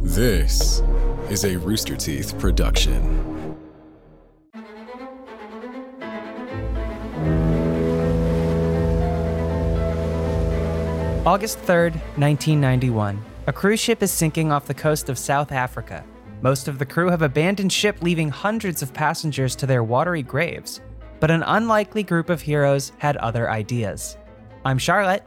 This is a Rooster Teeth production. August 3rd, 1991. A cruise ship is sinking off the coast of South Africa. Most of the crew have abandoned ship, leaving hundreds of passengers to their watery graves. But an unlikely group of heroes had other ideas. I'm Charlotte.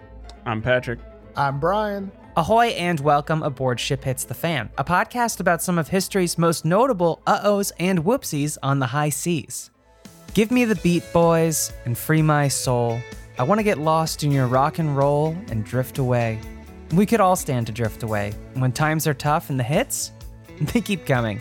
I'm Patrick. I'm Brian. Ahoy and welcome aboard Ship Hits the Fan, a podcast about some of history's most notable uh ohs and whoopsies on the high seas. Give me the beat, boys, and free my soul. I want to get lost in your rock and roll and drift away. We could all stand to drift away. And when times are tough and the hits, they keep coming.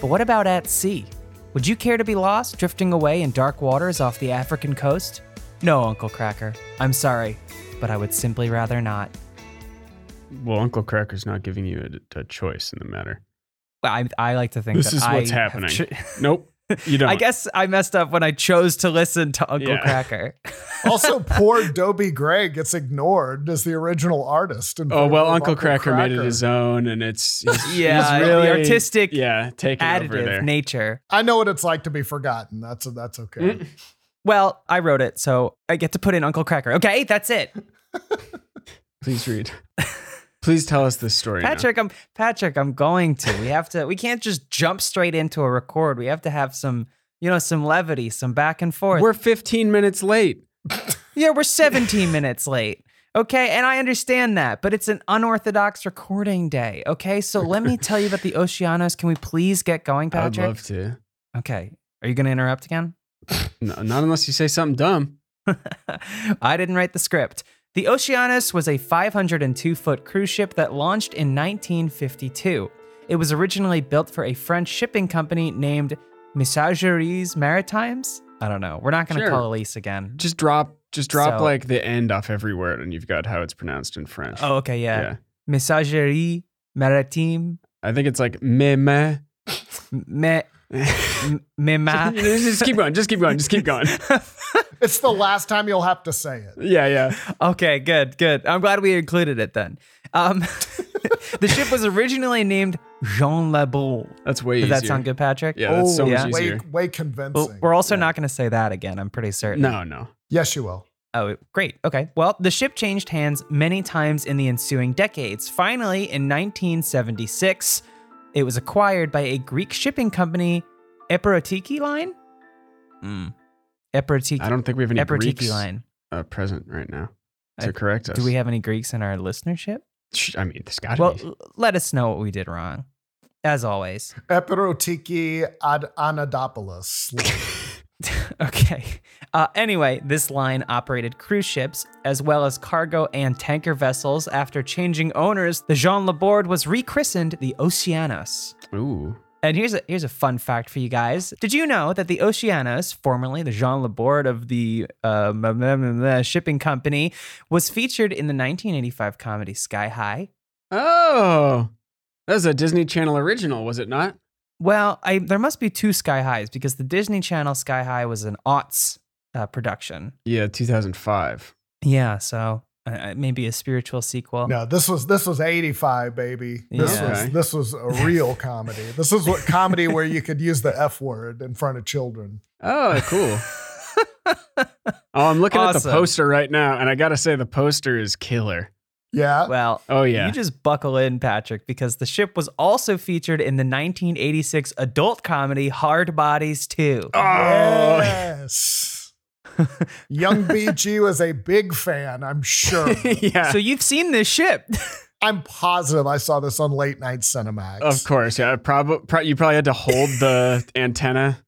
But what about at sea? Would you care to be lost drifting away in dark waters off the African coast? No, Uncle Cracker. I'm sorry, but I would simply rather not. Well, Uncle Cracker's not giving you a, a choice in the matter. I, I like to think This that is I what's have happening. cho- Nope. You don't. I guess I messed up when I chose to listen to Uncle Yeah. Cracker. Also, poor Dobie Gray gets ignored as the original artist. in Oh favor well, of Uncle Cracker, made it his own, and it's he's, Yeah, he's the really, artistic yeah taking over Additive there. nature. I know what it's like to be forgotten. That's that's okay. Mm. Well, I wrote it, so I get to put in Uncle Cracker. Okay, that's it. Please read. Please tell us this story, now. Patrick, I'm Patrick, I'm going to. We have to we can't just jump straight into a record. We have to have some, you know, some levity, some back and forth. We're 15 minutes late. yeah, we're 17 minutes late. Okay, and I understand that, but it's an unorthodox recording day. Okay, so let me tell you about the Oceanos. Can we please get going, I'd Patrick? love to. okay. Are you gonna interrupt again? No, not unless you say something dumb. I didn't write the script. The Oceanus was a 502 foot cruise ship that launched in 1952. It was originally built for a French shipping company named Messageries Maritimes. I don't know. We're not going to Sure. call Elise again. Just drop, just drop So- like the end off every word, and you've got how it's pronounced in French. Oh, okay. Yeah. yeah. Messageries Maritime. I think it's like me me. Me, m- me, ma. just keep going. Just keep going. Just keep going. It's the last time you'll have to say it. Yeah, yeah. Okay, good, good. I'm glad we included it then. Um, the ship was originally named Jean Laboule. That's way Does easier. that sound good, Patrick? Yeah, that's so Oh, yeah. much Way easier. way Well, convincing. we're also not going to say that again. I'm pretty certain. No, no. yes, you will. Oh, great. Okay. Well, the ship changed hands many times in the ensuing decades. Finally, in 1976, it was acquired by a Greek shipping company, Eperotiki Line. Hmm. I Eperotiki. don't think we have any Greeks Eperotiki Line. uh, present right now I- to correct us. Do we have any Greeks in our listenership? Sh- I mean, there's got to Well, be. l- let us know what we did wrong. As always. Epirotiki ad Anadopoulos. Okay. Uh, anyway, this line operated cruise ships as well as cargo and tanker vessels. After changing owners, the Jean Laborde was rechristened the Oceanos. Ooh, And here's a here's a fun fact for you guys. Did you know that the Oceanos, formerly the Jean Laborde of the uh, m- m- m- m- shipping company, was featured in the 1985 comedy Sky High? oh, that was a Disney Channel original, was it not? Well, I, there must be two Sky Highs because the Disney Channel Sky High was an aughts uh, production. Yeah, 2005. Yeah, so uh, maybe a spiritual sequel. no, this was this was 85, baby. This Yeah. Okay. was this was a real comedy. This is what comedy where you could use the F word in front of children. Oh, cool. oh, I'm looking at the Awesome. poster right now, and I gotta say the poster is killer. Yeah. Well, Oh yeah, you just buckle in, Patrick, because the ship was also featured in the 1986 adult comedy Hard Bodies 2. oh Yes. Young BG was a big fan, I'm sure. yeah. So you've seen this ship. I'm positive I saw this on late night Cinemax. Of course, yeah. Probably pro- you probably had to hold the antenna,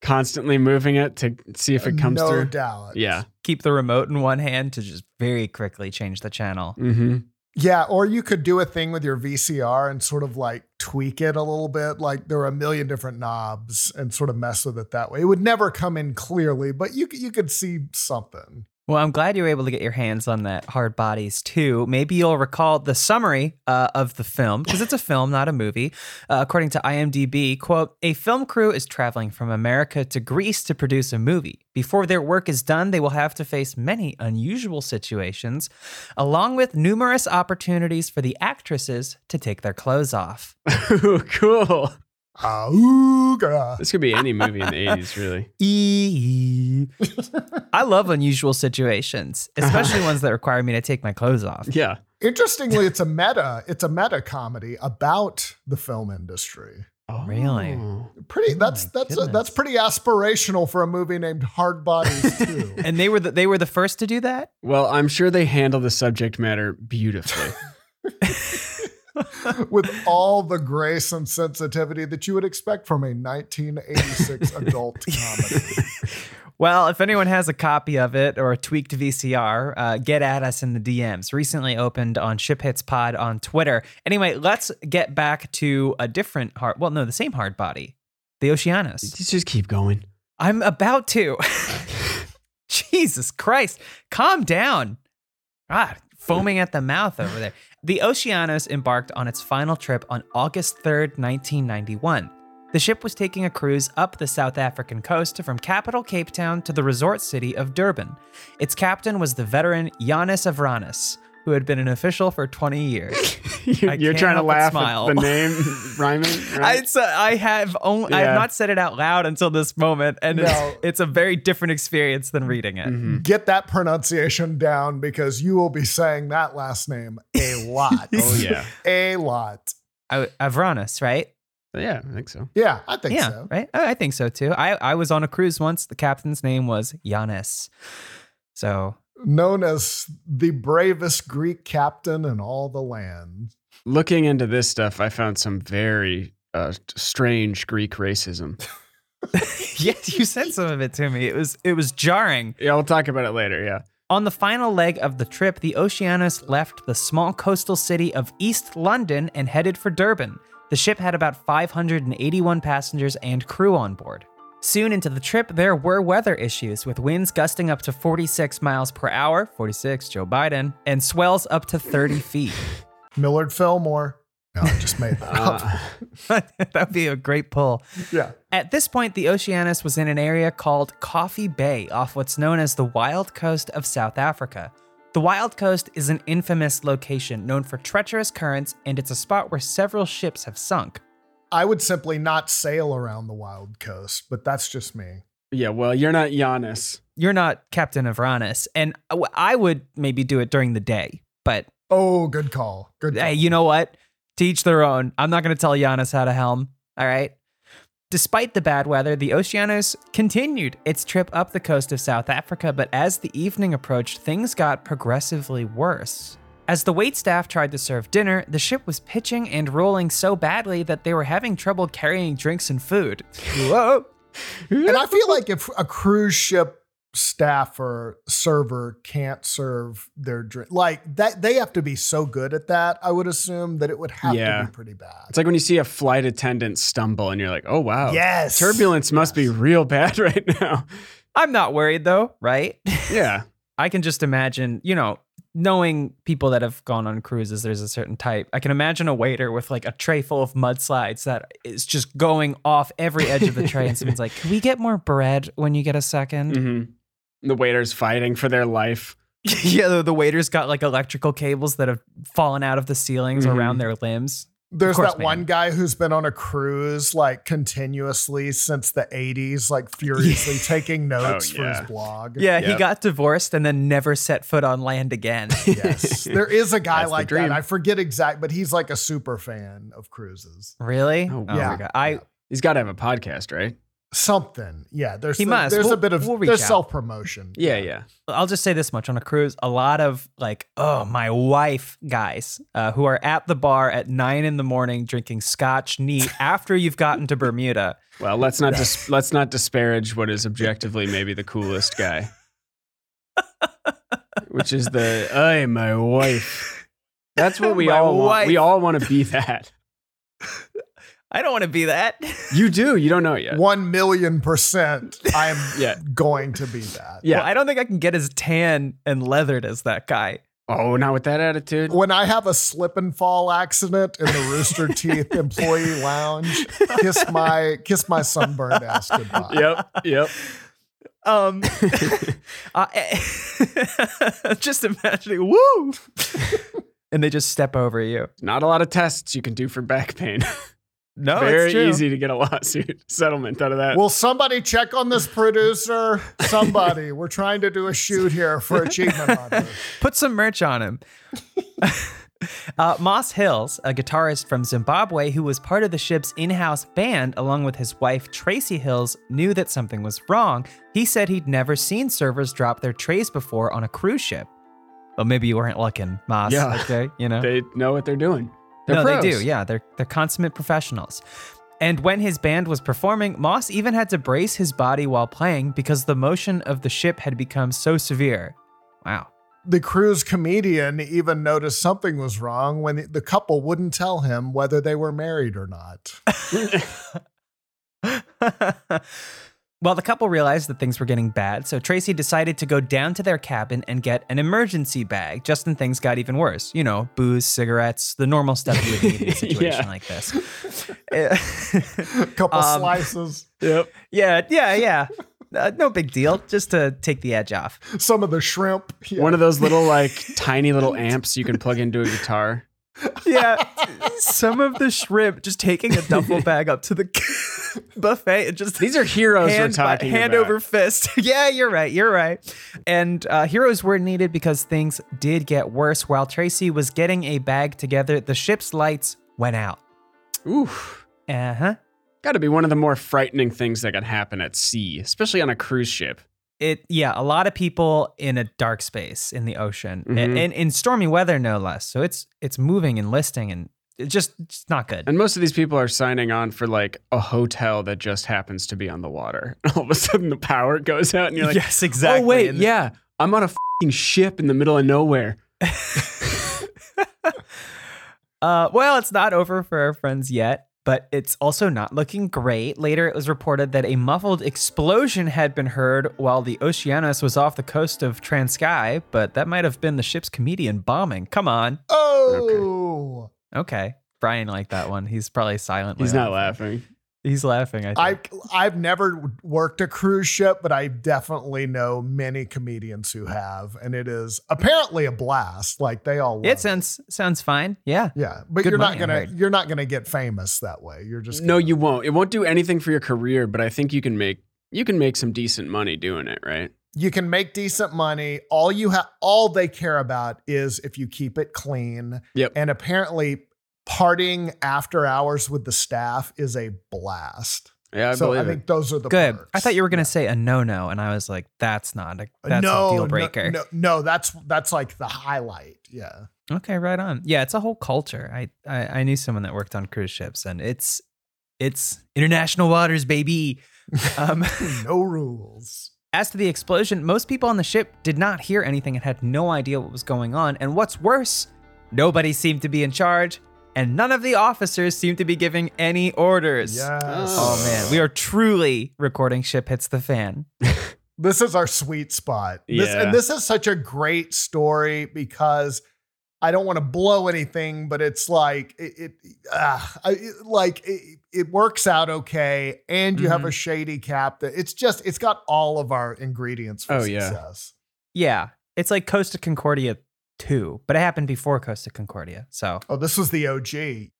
constantly moving it to see if it comes no through. doubt. Yeah. Keep the remote in one hand to just very quickly change the channel. Mm-hmm. Yeah. Or you could do a thing with your VCR and sort of like tweak it a little bit. Like there are a million different knobs and sort of mess with it that way. It would never come in clearly, but you, c- you could see something. Well, I'm glad you were able to get your hands on that Hard Bodies too. Maybe you'll recall the summary uh, of the film, because it's a film, not a movie. Uh, according to IMDb, quote, a film crew is traveling from America to Greece to produce a movie. Before their work is done, they will have to face many unusual situations, along with numerous opportunities for the actresses to take their clothes off. Ooh, cool. Auga. This could be any movie in the 80s, really. Eee. E. I love unusual situations, especially ones that require me to take my clothes off. Yeah. Interestingly, it's a meta. It's a meta comedy about the film industry. Really? Oh. Pretty. Oh that's my that's uh, goodness. that's pretty aspirational for a movie named Hard Bodies Two. And they were the, they were the first to do that. Well, I'm sure they handle the subject matter beautifully. with all the grace and sensitivity that you would expect from a 1986 adult comedy. Well, if anyone has a copy of it or a tweaked VCR, uh, get at us in the DMs. Recently opened on Ship Hits Pod on Twitter. Anyway, let's get back to a different hard. Well, no, the same hard body, the Oceanus. Let's just keep going. I'm about to. Jesus Christ. Calm down. God, foaming at the mouth over there. The Oceanos embarked on its final trip on August 3rd, 1991. The ship was taking a cruise up the South African coast from capital Cape Town to the resort city of Durban. Its captain was the veteran Yanis Avranis, who had been an official for 20 years. You, I you're can't trying to help but laugh smile. at the name rhyming. I, Right? so I have only I have Yeah. not said it out loud until this moment, and it's, No. it's a very different experience than reading it. Mhm. Get that pronunciation down because you will be saying that last name a lot. Oh yeah, A lot. I, Avranis, Oh, right? yeah, I think so. Yeah, I think yeah, so. right. Oh, I, I think so too. I, I was on a cruise once. The captain's name was Giannis. So Known as the bravest Greek captain in all the land. Looking into this stuff, I found some very uh, strange Greek racism. yes, you sent some of it to me. It was it was jarring. Yeah, we'll talk about it later. Yeah, On the final leg of the trip, the Oceanus left the small coastal city of East London and headed for Durban. The ship had about 581 passengers and crew on board. Soon into the trip, there were weather issues, with winds gusting up to 46 miles per hour, 46 Joe Biden, and swells up to 30 feet. Millard Fillmore. No, I just made that up. Uh, that would be a great pull. Yeah. At this point, the Oceanus was in an area called Coffee Bay off what's known as the Wild Coast of South Africa. The Wild Coast is an infamous location known for treacherous currents, and it's a spot where several ships have sunk. I would simply not sail around the wild coast, but that's just me. yeah. Well, you're not Giannis. You're not Captain Avranis, and I- I would maybe do it during the day, but Oh, good call. Good call. Hey, you know what? To each their own. I'm not going to tell Giannis how to helm. All right. Despite the bad weather, the Oceanus continued its trip up the coast of South Africa, but as the evening approached, things got progressively worse. As the waitstaff tried to serve dinner, the ship was pitching and rolling so badly that they were having trouble carrying drinks and food. Whoa. And I feel like if a cruise ship staffer server can't serve their drink, like that, they have to be so good at that. I would assume that it would have Yeah. to be pretty bad. It's like when you see a flight attendant stumble, and you're like, "Oh wow, yes, turbulence must be real bad right now." I'm not worried though, right? Yeah, I can just imagine, you know, knowing people that have gone on cruises, there's a certain type. I can imagine a waiter with like a tray full of mudslides that is just going off every edge of the tray, and someone's like, "Can we get more bread when you get a 2nd hmm the waiters fighting for their life. yeah, the, the waiter's got like electrical cables that have fallen out of the ceilings Mhm. around their limbs. There's Of course, that one man. guy who's been on a cruise like continuously since the 80s, like furiously taking notes for yeah. his blog. Yeah, he Yep. got divorced and then never set foot on land again. Yes. There is a guy That's the like that. dream. I forget exact, but he's like a super fan of cruises. really? Oh, my yeah. God. I He's got to have a podcast, right? Something. Yeah. There's He the- must. there's We'll- a bit of we'll reach there's out. self promotion. Yeah, yeah. I'll just say this much on a cruise: a lot of like, oh, my wife guys uh, who are at the bar at nine in the morning drinking scotch neat after you've gotten to Bermuda. Well, let's not dis- let's not disparage what is objectively maybe the coolest guy, which is the "I my wife." That's what we My all want. We wife. all want to be that. I don't want to be that. You do. You don't know it yet. One million percent, I am Yeah. going to be that. Yeah. Well, I don't think I can get as tan and leathered as that guy. oh, not with that attitude. When I have a slip and fall accident in the Rooster Teeth employee lounge, kiss my kiss my sunburned ass goodbye. Yep. Yep. Um, I, just imagining, woo! and they just step over you. Not a lot of tests you can do for back pain. No, Very Oh, it's true. easy to get a lawsuit settlement out of that. Will somebody check on this producer? Somebody, we're trying to do a shoot here for achievement. Hunter. Put some merch on him. uh, Moss Hills, a guitarist from Zimbabwe who was part of the ship's in house band along with his wife Tracy Hills, knew that something was wrong. He said he'd never seen servers drop their trays before on a cruise ship. Well, maybe you weren't looking, Moss. Yeah. Okay, you know? they know what they're doing. They're no, pros. they do. Yeah, they're they're consummate professionals. And when his band was performing, Moss even had to brace his body while playing because the motion of the ship had become so severe. Wow. the cruise comedian even noticed something was wrong when the, the couple wouldn't tell him whether they were married or not. well, the couple realized that things were getting bad, so Tracy decided to go down to their cabin and get an emergency bag just when things got even worse. You know, booze, cigarettes, the normal stuff you would need in a situation Yeah. like this. couple Um, slices, Yep. yeah, yeah, yeah. Uh, no big deal, just to take the edge off. some of the shrimp. Yeah. One of those little like tiny little amps you can plug into a guitar. Yeah, some of the shrimp just taking a duffel bag up to the buffet and just These are heroes hand, we're by- talking hand about. over fist. yeah, you're right. You're right. And uh, heroes were needed because things did get worse. While Tracy was getting a bag together, the ship's lights went out. Oof. Uh huh. Uh-huh. Got to be one of the more frightening things that could happen at sea, especially on a cruise ship. It yeah, a lot of people in a dark space in the ocean Mhm. and, and in stormy weather, no less. So it's it's moving and listing and it just it's not good. And most of these people are signing on for like a hotel that just happens to be on the water. All of a sudden the power goes out and you're like, yes, exactly. oh, wait, And- yeah, I'm on a fing ship in the middle of nowhere. Uh, well, it's not over for our friends yet, but it's also not looking great. Later, it was reported that a muffled explosion had been heard while the Oceanus was off the coast of Transkei, but that might have been the ship's comedian bombing. Come on. oh, Okay. Brian liked that one. He's probably silently. He's not laughing. He's laughing, I think. I I've never worked a cruise ship, but I definitely know many comedians who have, and it is apparently a blast. Like they all love it sounds sounds fine. Yeah. Yeah, but Good you're money, not I gonna heard. you're not gonna get famous that way. You're just No, gonna- you won't. It won't do anything for your career, but I think you can make you can make some decent money doing it, right? you can make decent money. All you have, all they care about is if you keep it clean. Yep. And apparently, partying after hours with the staff is a blast. Yeah, I so believe I think it. those are the Good. Perks. I thought you were gonna say a no no, and I was like, that's not a that's no a deal no, breaker. No, no, that's that's like the highlight. Yeah. Okay, right on. Yeah, it's a whole culture. I, I I knew someone that worked on cruise ships, and it's it's international waters, baby. Um, No rules. as to the explosion, most people on the ship did not hear anything and had no idea what was going on. And what's worse, nobody seemed to be in charge, and none of the officers seemed to be giving any orders. Yes. Oh, Oh man, we are truly recording ship hits the fan. this is our sweet spot. This, Yeah. And this is such a great story because I don't want to blow anything, but it's like it, it, ah, I, it- like it, it works out okay, and you have Mm-hmm. a shady cap that it's just it's got all of our ingredients for Oh, yeah. success. Yeah, it's like Coast to Concordia two, but it happened before Coast to Concordia. So Oh, this was the OG.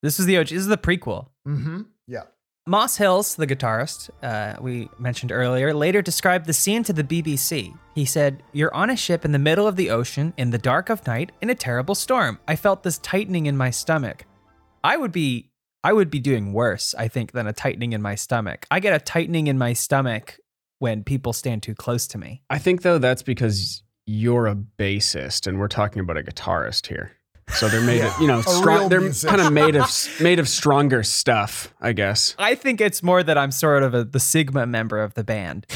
this is the OG. This is the prequel. Mm-hmm. Yeah. Moss Hills, the guitarist uh, we mentioned earlier, later described the scene to the BBC. He said, You're on a ship in the middle of the ocean in the dark of night in a terrible storm. I felt this tightening in my stomach. I would be. I would be doing worse, I think, than a tightening in my stomach. I get a tightening in my stomach when people stand too close to me. I think though that's because you're a bassist and we're talking about a guitarist here. So they're made Yeah. of, you know, A strong, real they're musician. kind of made of made of stronger stuff, I guess. I think it's more that I'm sort of a, the Sigma member of the band.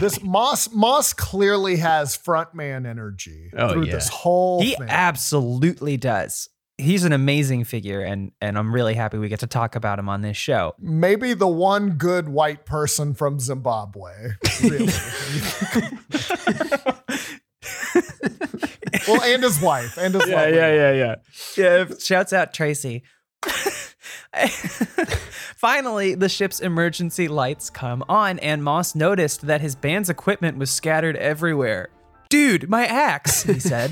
This Moss Moss clearly has frontman energy Oh, through yeah. this whole He thing. absolutely does. he's an amazing figure, and and I'm really happy we get to talk about him on this show. Maybe the one good white person from Zimbabwe. Really. well, and his wife. And his Oh, Yeah, wife. yeah, yeah, yeah. Yeah, shouts out Tracy. Finally, the ship's emergency lights come on, and Moss noticed that his band's equipment was scattered everywhere. Dude, my axe, he said.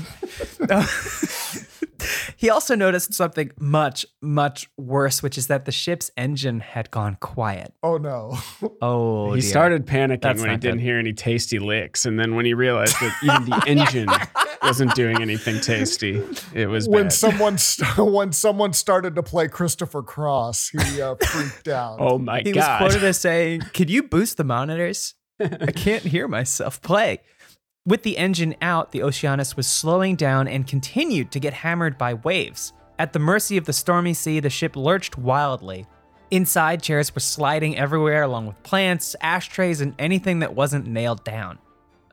he also noticed something much, much worse, which is that the ship's engine had gone quiet. Oh no. Oh, he dear. started panicking That's when he not didn't good. hear any tasty licks, and then when he realized that even the engine wasn't doing anything tasty, it was When bad. someone st- when someone started to play Christopher Cross, he uh, freaked out. oh my He god! was quoted as saying, Could you boost the monitors? I can't hear myself play. With the engine out, the Oceanus was slowing down and continued to get hammered by waves. At the mercy of the stormy sea, the ship lurched wildly. Inside, chairs were sliding everywhere, along with plants, ashtrays, and anything that wasn't nailed down.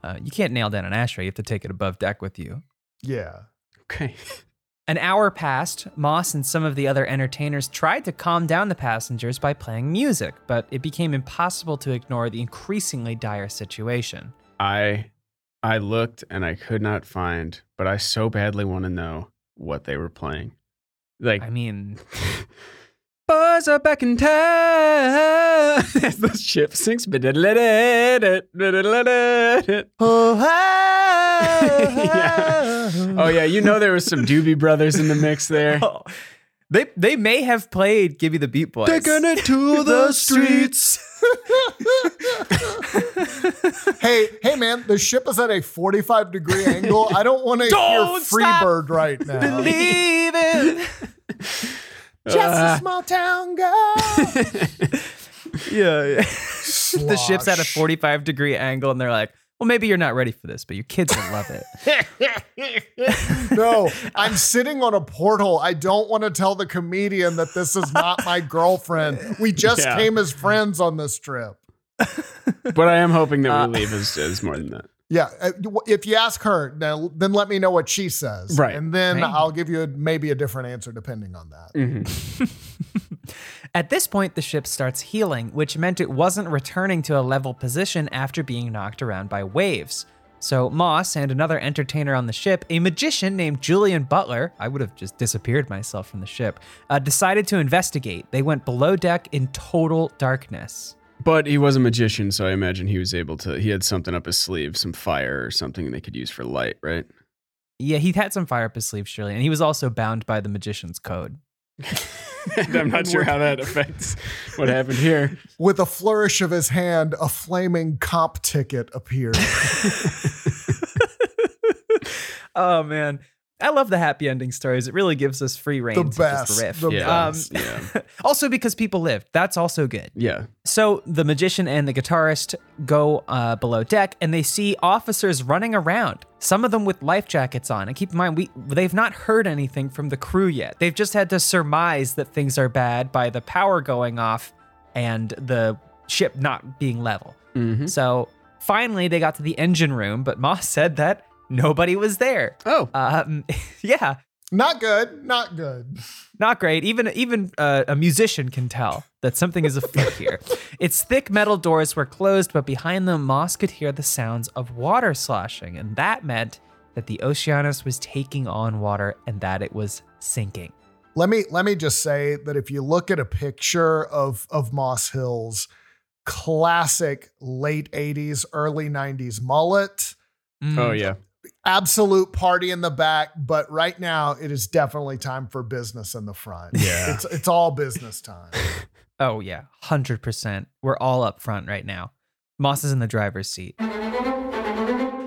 Uh, you can't nail down an ashtray, you have to take it above deck with you. Yeah. okay. An hour passed. Moss and some of the other entertainers tried to calm down the passengers by playing music, but it became impossible to ignore the increasingly dire situation. I I looked and I could not find, but I so badly want to know what they were playing. Like I mean, Bars are back in town. As the ship sinks. oh Yeah. yeah, you know there was some Doobie Brothers in the mix there. Oh. they they may have played "Give Me the Beat Boys." it to the streets. Hey, hey man, the ship is at a 45 degree angle. I don't want to hear Don't stop Freebird right now. Believe it. Uh. Just a small town girl. yeah, yeah. the ship's at a Slosh. 45 degree angle, and they're like, "Well, maybe you're not ready for this, but your kids will love it." No, I'm sitting on a portal. I don't want to tell the comedian that this is not my girlfriend. We just Yeah. came as friends on this trip. But I am hoping that we Uh, leave as, as more than that. Yeah, uh, if you ask her, now then let me know what she says. Right. Mm. And then Right. I'll give you a, maybe a different answer depending on that. At this point, the ship starts healing, which meant it wasn't returning to a level position after being knocked around by waves. So, Moss and another entertainer on the ship, a magician named Julian Butler, I would have just disappeared myself from the ship, uh, decided to investigate. They went below deck in total darkness. But he was a magician, so I imagine he was able to. He had something up his sleeve, some fire or something they could use for light, right? Yeah, he had some fire up his sleeve, surely, and he was also bound by the magician's code. I'm not sure how that affects what happened here. With a flourish of his hand, a flaming comp ticket appeared. Oh, man. I love the happy ending stories. It really gives us free reign The to just best, riff. the Yeah, Um, yeah, also, because people lived. That's also good. yeah. So the magician and the guitarist go uh, below deck, and they see officers running around. Some of them with life jackets on. And keep in mind, we they've not heard anything from the crew yet. They've just had to surmise that things are bad by the power going off and the ship not being level. Mhm. So finally, they got to the engine room, but Moss said that nobody was there. Oh, Um, yeah, not good. Not good. not great. Even even uh, a musician can tell that something is afoot here. Its thick metal doors were closed, but behind them, Moss could hear the sounds of water sloshing, and that meant that the Oceanus was taking on water and that it was sinking. Let me let me just say that if you look at a picture of of Moss Hills, classic late 80s, early 90s mullet, oh Mm. yeah. absolute party in the back, but right now it is definitely time for business in the front. Yeah. It's it's all business time. Oh yeah, hundred percent. We're all up front right now. Moss is in the driver's seat.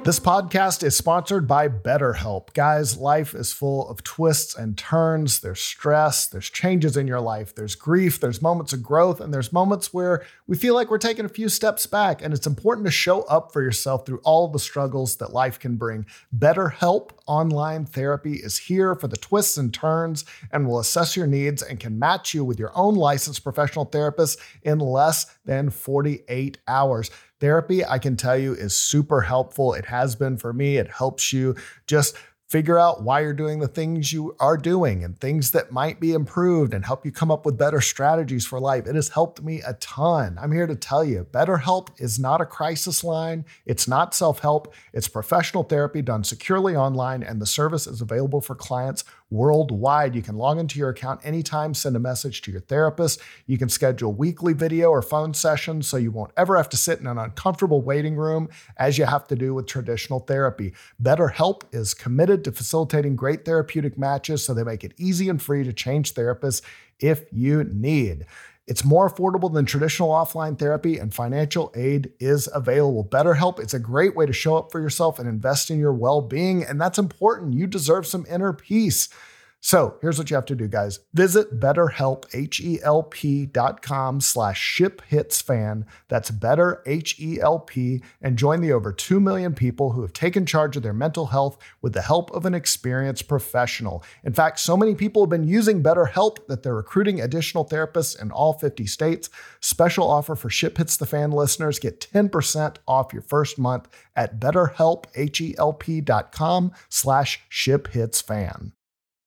This podcast is sponsored by BetterHelp. Guys, life is full of twists and turns. There's stress, there's changes in your life, there's grief, there's moments of growth, and there's moments where we feel like we're taking a few steps back. And it's important to show up for yourself through all the struggles that life can bring. BetterHelp Online Therapy is here for the twists and turns and will assess your needs and can match you with your own licensed professional therapist in less than 48 hours. Therapy, I can tell you, is super helpful. It has been for me. It helps you just figure out why you're doing the things you are doing and things that might be improved and help you come up with better strategies for life. It has helped me a ton. I'm here to tell you BetterHelp is not a crisis line, it's not self help, it's professional therapy done securely online, and the service is available for clients worldwide. You can log into your account anytime, send a message to your therapist. You can schedule weekly video or phone sessions so you won't ever have to sit in an uncomfortable waiting room as you have to do with traditional therapy. BetterHelp is committed to facilitating great therapeutic matches so they make it easy and free to change therapists if you need. It's more affordable than traditional offline therapy, and financial aid is available. BetterHelp, it's a great way to show up for yourself and invest in your well being, and that's important. You deserve some inner peace. So here's what you have to do, guys. Visit BetterHelp, H-E-L-P dot com slash ship hits fan. That's better H-E-L-P and join the over 2 million people who have taken charge of their mental health with the help of an experienced professional. In fact, so many people have been using BetterHelp that they're recruiting additional therapists in all 50 states. Special offer for ship hits the fan listeners. Get 10% off your first month at BetterHelp, H-E-L-P dot com slash ship hits fan.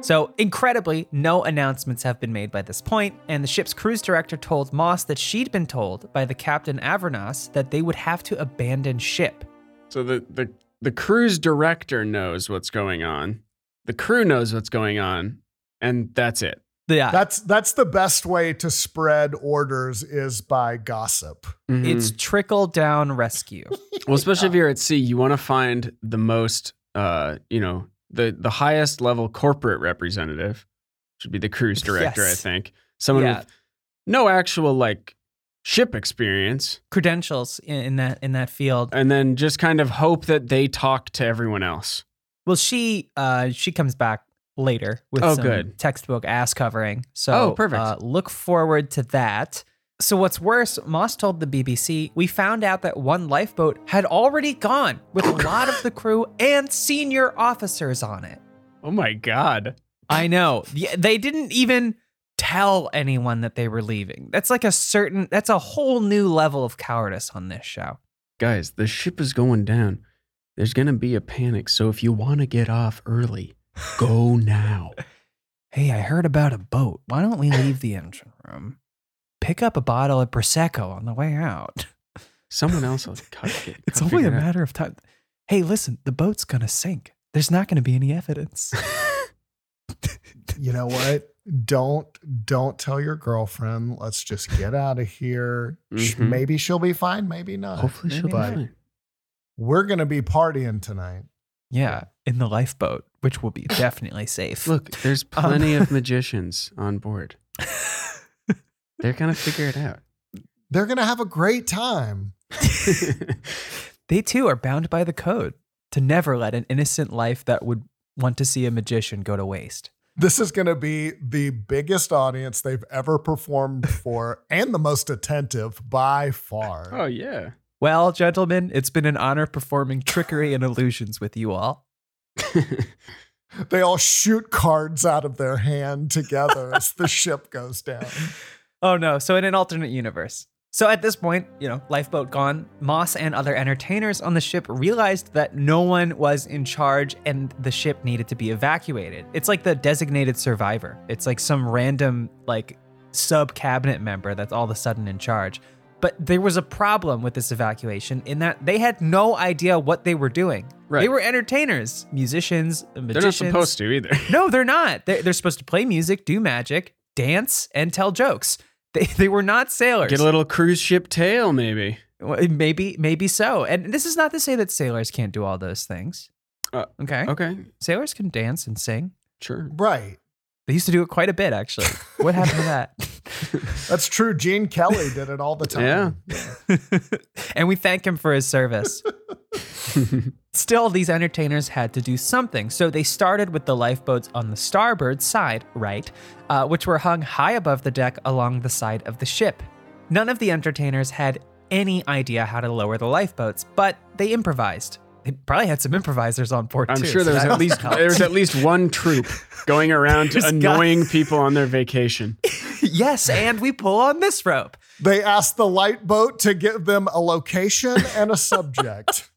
So, incredibly, no announcements have been made by this point, and the ship's cruise director told Moss that she'd been told by the captain Avranos that they would have to abandon ship. So the, the the cruise director knows what's going on. The crew knows what's going on, and that's it. Yeah, That's that's the best way to spread orders is by gossip. Mm-hmm. it's mm. trickle down rescue. well, especially if you're at sea, you want to find the most, uh, you know, the the highest level corporate representative should be the cruise director, Yes. I think. Someone Yeah. with no actual like ship experience, Credentials in, in that in that field. and then just kind of hope that they talk to everyone else. Well, she uh she comes back later with Oh, some good. textbook ass covering. So Oh, perfect. Uh, look forward to that. So what's worse, Moss told the BBC, we found out that one lifeboat had already gone with a lot of the crew and senior officers on it. Oh my god. I know. Yeah, They didn't even tell anyone that they were leaving. That's like a certain that's a whole new level of cowardice on this show. Guys, the ship is going down. There's going to be a panic, so if you want to get off early, go now. Hey, I heard about a boat. Why don't we leave the engine room? Pick up a bottle of Prosecco on the way out. Someone else will cut it. It's cut- only a figure it out. matter of time. Hey, listen, the boat's going to sink. There's not going to be any evidence. You know what? Don't don't tell your girlfriend. Let's just get out of here. Sh- Mhm. Maybe she'll be fine. Maybe not. Hopefully she'll be But fine. We're gonna be partying tonight. yeah, in the lifeboat, which will be definitely safe. Look, there's Um, plenty of magicians on board. They're going to figure it out. They're gonna have a great time. they too are bound by the code to never let an innocent life that would want to see a magician go to waste. This is gonna be the biggest audience they've ever performed for, and the most attentive by far. oh, yeah. Well, gentlemen, it's been an honor performing trickery and illusions with you all. They all shoot cards out of their hand together as the ship goes down. Oh no, so in an alternate universe. So at this point, you know, lifeboat gone, Moss and other entertainers on the ship realized that no one was in charge and the ship needed to be evacuated. It's like the designated survivor. It's like some random like sub cabinet member that's all of a sudden in charge. But there was a problem with this evacuation in that they had no idea what they were doing. They Right. were entertainers, musicians, magicians. They're not supposed to either. No, they're not. They're, they're supposed to play music, do magic, dance, and tell jokes. They, they were not sailors. Get a little cruise ship tail, maybe. Well, maybe maybe so. And this is not to say that sailors can't do all those things. Uh, okay. Okay, Sailors can dance and sing. sure. Right. They used to do it quite a bit, actually. What happened to that? That's true. Gene Kelly did it all the time. Yeah. and we thank him for his service. Still, these entertainers had to do something, so they started with the lifeboats on the starboard side, right, uh, which were hung high above the deck along the side of the ship. None of the entertainers had any idea how to lower the lifeboats, but they improvised. They probably had some improvisers on board I'm too. sure there so was that at least helped. there was at least one troop going around There's got- annoying people on their vacation. yes, and we pull on this rope. They asked the light boat to give them a location and a subject.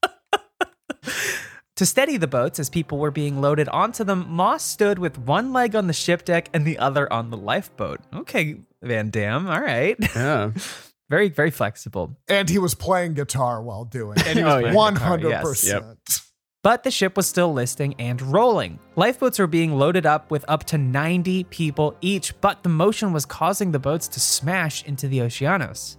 To steady the boats as people were being loaded onto them, Moss stood with one leg on the ship deck and the other on the lifeboat. Okay, Van Dam, all right. Yeah. Very, very flexible. and he was playing guitar while doing it. he was playing One guitar, hundred yes. percent. But the ship was still listing and rolling. Lifeboats were being loaded up with up to 90 people each, but the motion was causing the boats to smash into the Oceanos.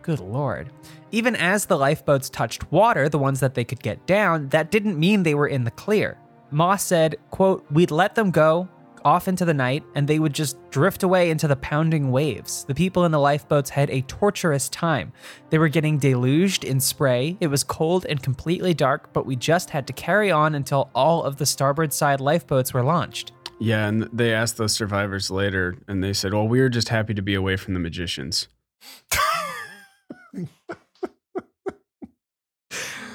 Good lord. Even as the lifeboats touched water, the ones that they could get down, that didn't mean they were in the clear. Moss said, quote, We'd let them go off into the night and they would just drift away into the pounding waves. The people in the lifeboats had a torturous time. They were getting deluged in spray. It was cold and completely dark, but we just had to carry on until all of the starboard side lifeboats were launched. Yeah, and they asked those survivors later and they said, "Well, we were just happy to be away from the magicians."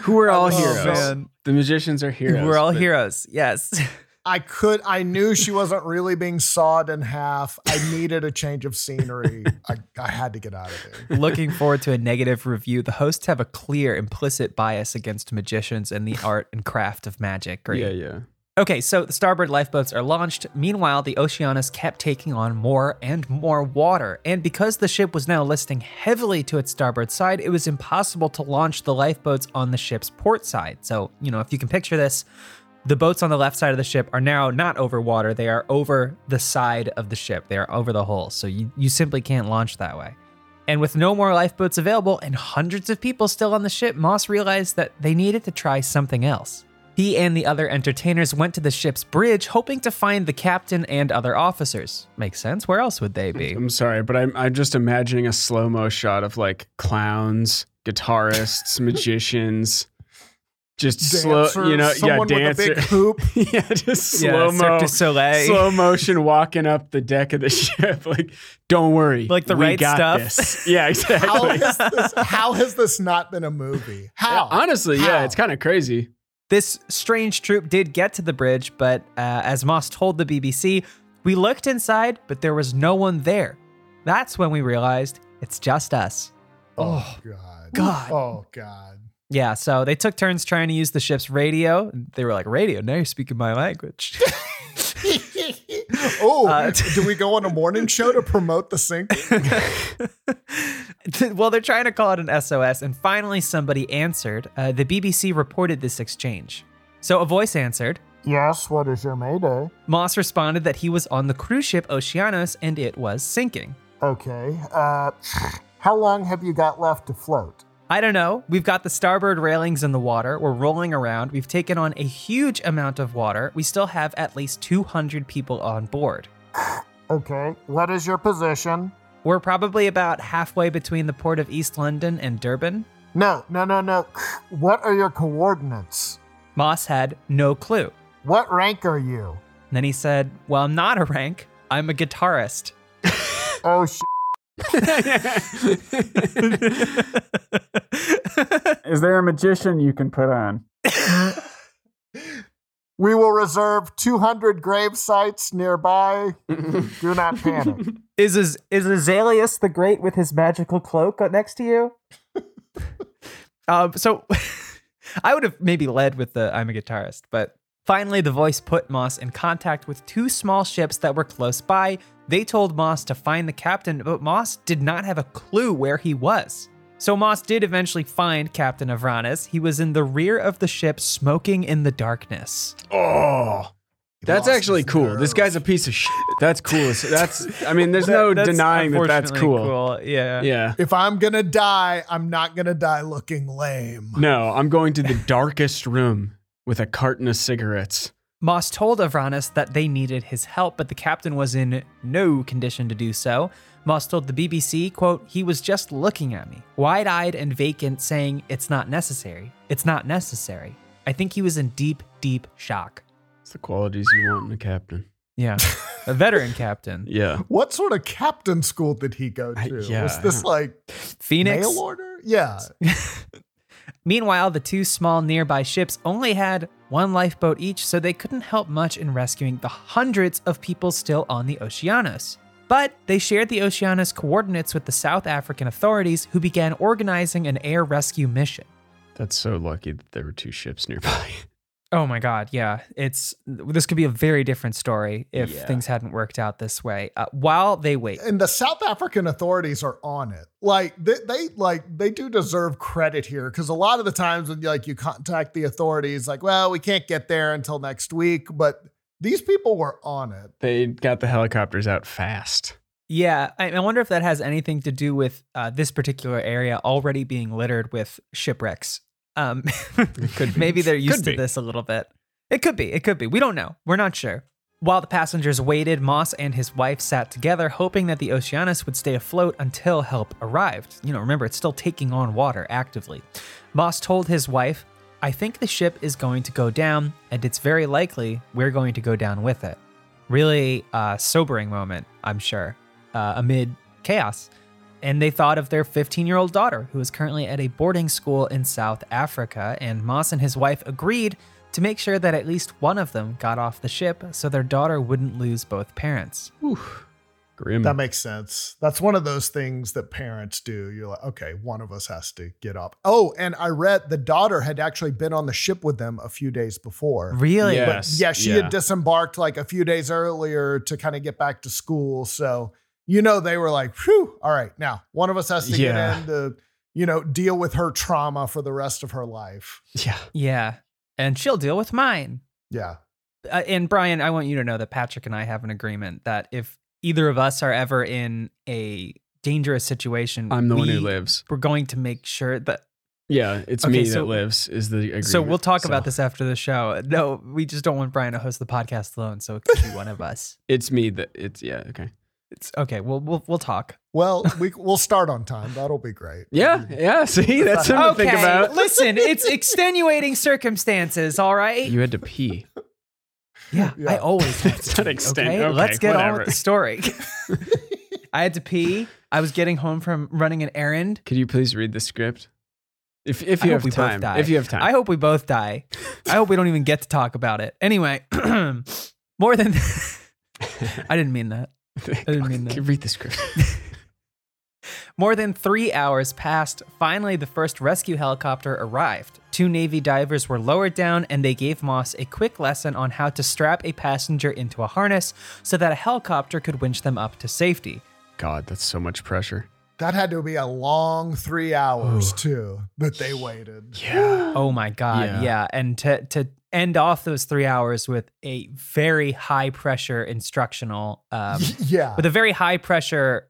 Who are all Oh, heroes? man. The magicians are heroes. we're all but- heroes, yes. I could. I knew she wasn't really being sawed in half. I needed a change of scenery. I, I had to get out of there. Looking forward to a negative review. The hosts have a clear implicit bias against magicians and the art and craft of magic. Great. Yeah, yeah. Okay, so the starboard lifeboats are launched. Meanwhile, the Oceanus kept taking on more and more water. And because the ship was now listing heavily to its starboard side, it was impossible to launch the lifeboats on the ship's port side. So, you know, if you can picture this, the boats on the left side of the ship are now not over water, they are over the side of the ship, they are over the hull. So you, you simply can't launch that way. And with no more lifeboats available and hundreds of people still on the ship, Moss realized that they needed to try something else. He and the other entertainers went to the ship's bridge, hoping to find the captain and other officers. Makes sense. Where else would they be? I'm sorry, but I'm I'm just imagining a slow mo shot of like clowns, guitarists, magicians, just slow, you know, yeah, someone with dancer, a big hoop. yeah, just slow mo, Cirque du Soleil. slow motion walking up the deck of the ship. Like, don't worry, Like the we right got stuff. This. Yeah, How exactly. has, this, how has this not been a movie? How? Honestly, How? yeah, it's kind of crazy. This strange troop did get to the bridge, but uh, as Moss told the BBC, we looked inside, but there was no one there. That's when we realized it's just us. Oh God. God. Oh God. Yeah, so they took turns trying to use the ship's radio. They were like, Radio, now you're speaking my language. oh, Uh, do we go on a morning show to promote the sink? well, they're trying to call it an SOS, and finally somebody answered. Uh, the BBC reported this exchange. So a voice answered. Yes. What is your mayday? Moss responded that he was on the cruise ship Oceanos and it was sinking. Okay. Uh, how long have you got left to float? I don't know. We've got the starboard railings in the water. We're rolling around. We've taken on a huge amount of water. We still have at least 200 people on board. Okay. What is your position? We're probably about halfway between the port of East London and Durban. No, no, no, no. What are your coordinates? Moss had no clue. What rank are you? And then he said, Well, I'm not a rank. I'm a guitarist. Oh, sh- Is there a magician you can put on? we will reserve 200 grave sites nearby. Do not panic. Is Az- is Azaleus the Great with his magical cloak next to you? um, so I would have maybe led with the I'm a guitarist, but finally the voice put Moss in contact with two small ships that were close by. They told Moss to find the captain, but Moss did not have a clue where he was. So Moss did eventually find Captain Avranis. He was in the rear of the ship, smoking in the darkness. Oh, that's lost his actually cool. This nerve. guy's a piece of shit. That's cool. as- That's. I mean, there's no That's denying that that's unfortunately cool. Yeah. Yeah. If I'm going to die, I'm not going to die looking lame. No, I'm going to the darkest room with a carton of cigarettes. Moss told Avranus that they needed his help, but the captain was in no condition to do so. Moss told the BBC, quote, he was just looking at me, wide eyed and vacant, saying, It's not necessary. It's not necessary. I think he was in deep, deep shock. It's the qualities you want in a captain. Yeah. A veteran captain. Yeah. What sort of captain school did he go to? I- yeah, was I this don't- like Phoenix. mail order? Yeah. Meanwhile, the two small nearby ships only had one lifeboat each, so they couldn't help much in rescuing the hundreds of people still on the Oceanus. But they shared the Oceanus coordinates with the South African authorities, who began organizing an air rescue mission. That's so lucky that there were two ships nearby. Oh my God, yeah. It's this could be a very different story if Yeah. things hadn't worked out this way. Uh, while they wait, And the South African authorities are on it. Like they, they like they do deserve credit here because a lot of the times when like you contact the authorities, like, well, we can't get there until next week, but these people were on it. They got the helicopters out fast. Yeah, I I wonder if that has anything to do with uh, this particular area already being littered with shipwrecks. Um, could be. Maybe they're used Could to be. this a little bit. It could be. It could be. We don't know. We're not sure. While the passengers waited, Moss and his wife sat together, hoping that the Oceanus would stay afloat until help arrived. You know, remember, it's still taking on water actively. Moss told his wife, I think the ship is going to go down, and it's very likely we're going to go down with it really uh, sobering moment, I'm sure, uh, amid chaos. And they thought of their 15 year old daughter, who is currently at a boarding school in South Africa. And Moss and his wife agreed to make sure that at least one of them got off the ship so their daughter wouldn't lose both parents. Grim. That makes sense. That's one of those things that parents do. You're like, okay, one of us has to get up. Oh, and I read the daughter had actually been on the ship with them a few days before. Really? Yeah. But Yes, yeah, she yeah. had disembarked like a few days earlier to kind of get back to school. So, you know, they were like, whew, all right, now one of us has to Yeah. get in to, you know, deal with her trauma for the rest of her life. yeah. Yeah. And she'll deal with mine. Yeah. uh, and Brian, I want you to know that Patrick and I have an agreement that if either of us are ever in a dangerous situation, I'm the one who we- lives. We're going to make sure that Yeah, it's Okay, me so- that lives is the agreement. So we'll talk about So this after the show. No, we just don't want Brian to host the podcast alone, so it could be one of us. It's me that it's yeah, okay. It's okay. We'll we'll we'll talk. Well, we, we'll start on time. That'll be great. Yeah, yeah, see, Mm-hmm. that's something to think about. listen, it's extenuating circumstances. All right. You had to pee. yeah, Yeah. I always. Have It's to not pee, exten- Okay? okay, let's get on with whatever. the story. I had to pee. I was getting home from running an errand. Could you please read the script? If if I you hope have we both time. die. If you have time. I hope we both die. I hope we don't even get to talk about it. Anyway, more than I didn't mean that. I didn't mean that. Read the script. More than three hours passed. Finally, the first rescue helicopter arrived. Two Navy divers were lowered down, and they gave Moss a quick lesson on how to strap a passenger into a harness so that a helicopter could winch them up to safety. God, that's so much pressure. That had to be a long three hours, too, that they waited. Yeah. Oh my God, yeah. Yeah. And to, to end off those three hours with a very high pressure instructional, um, Yeah. with a very high pressure,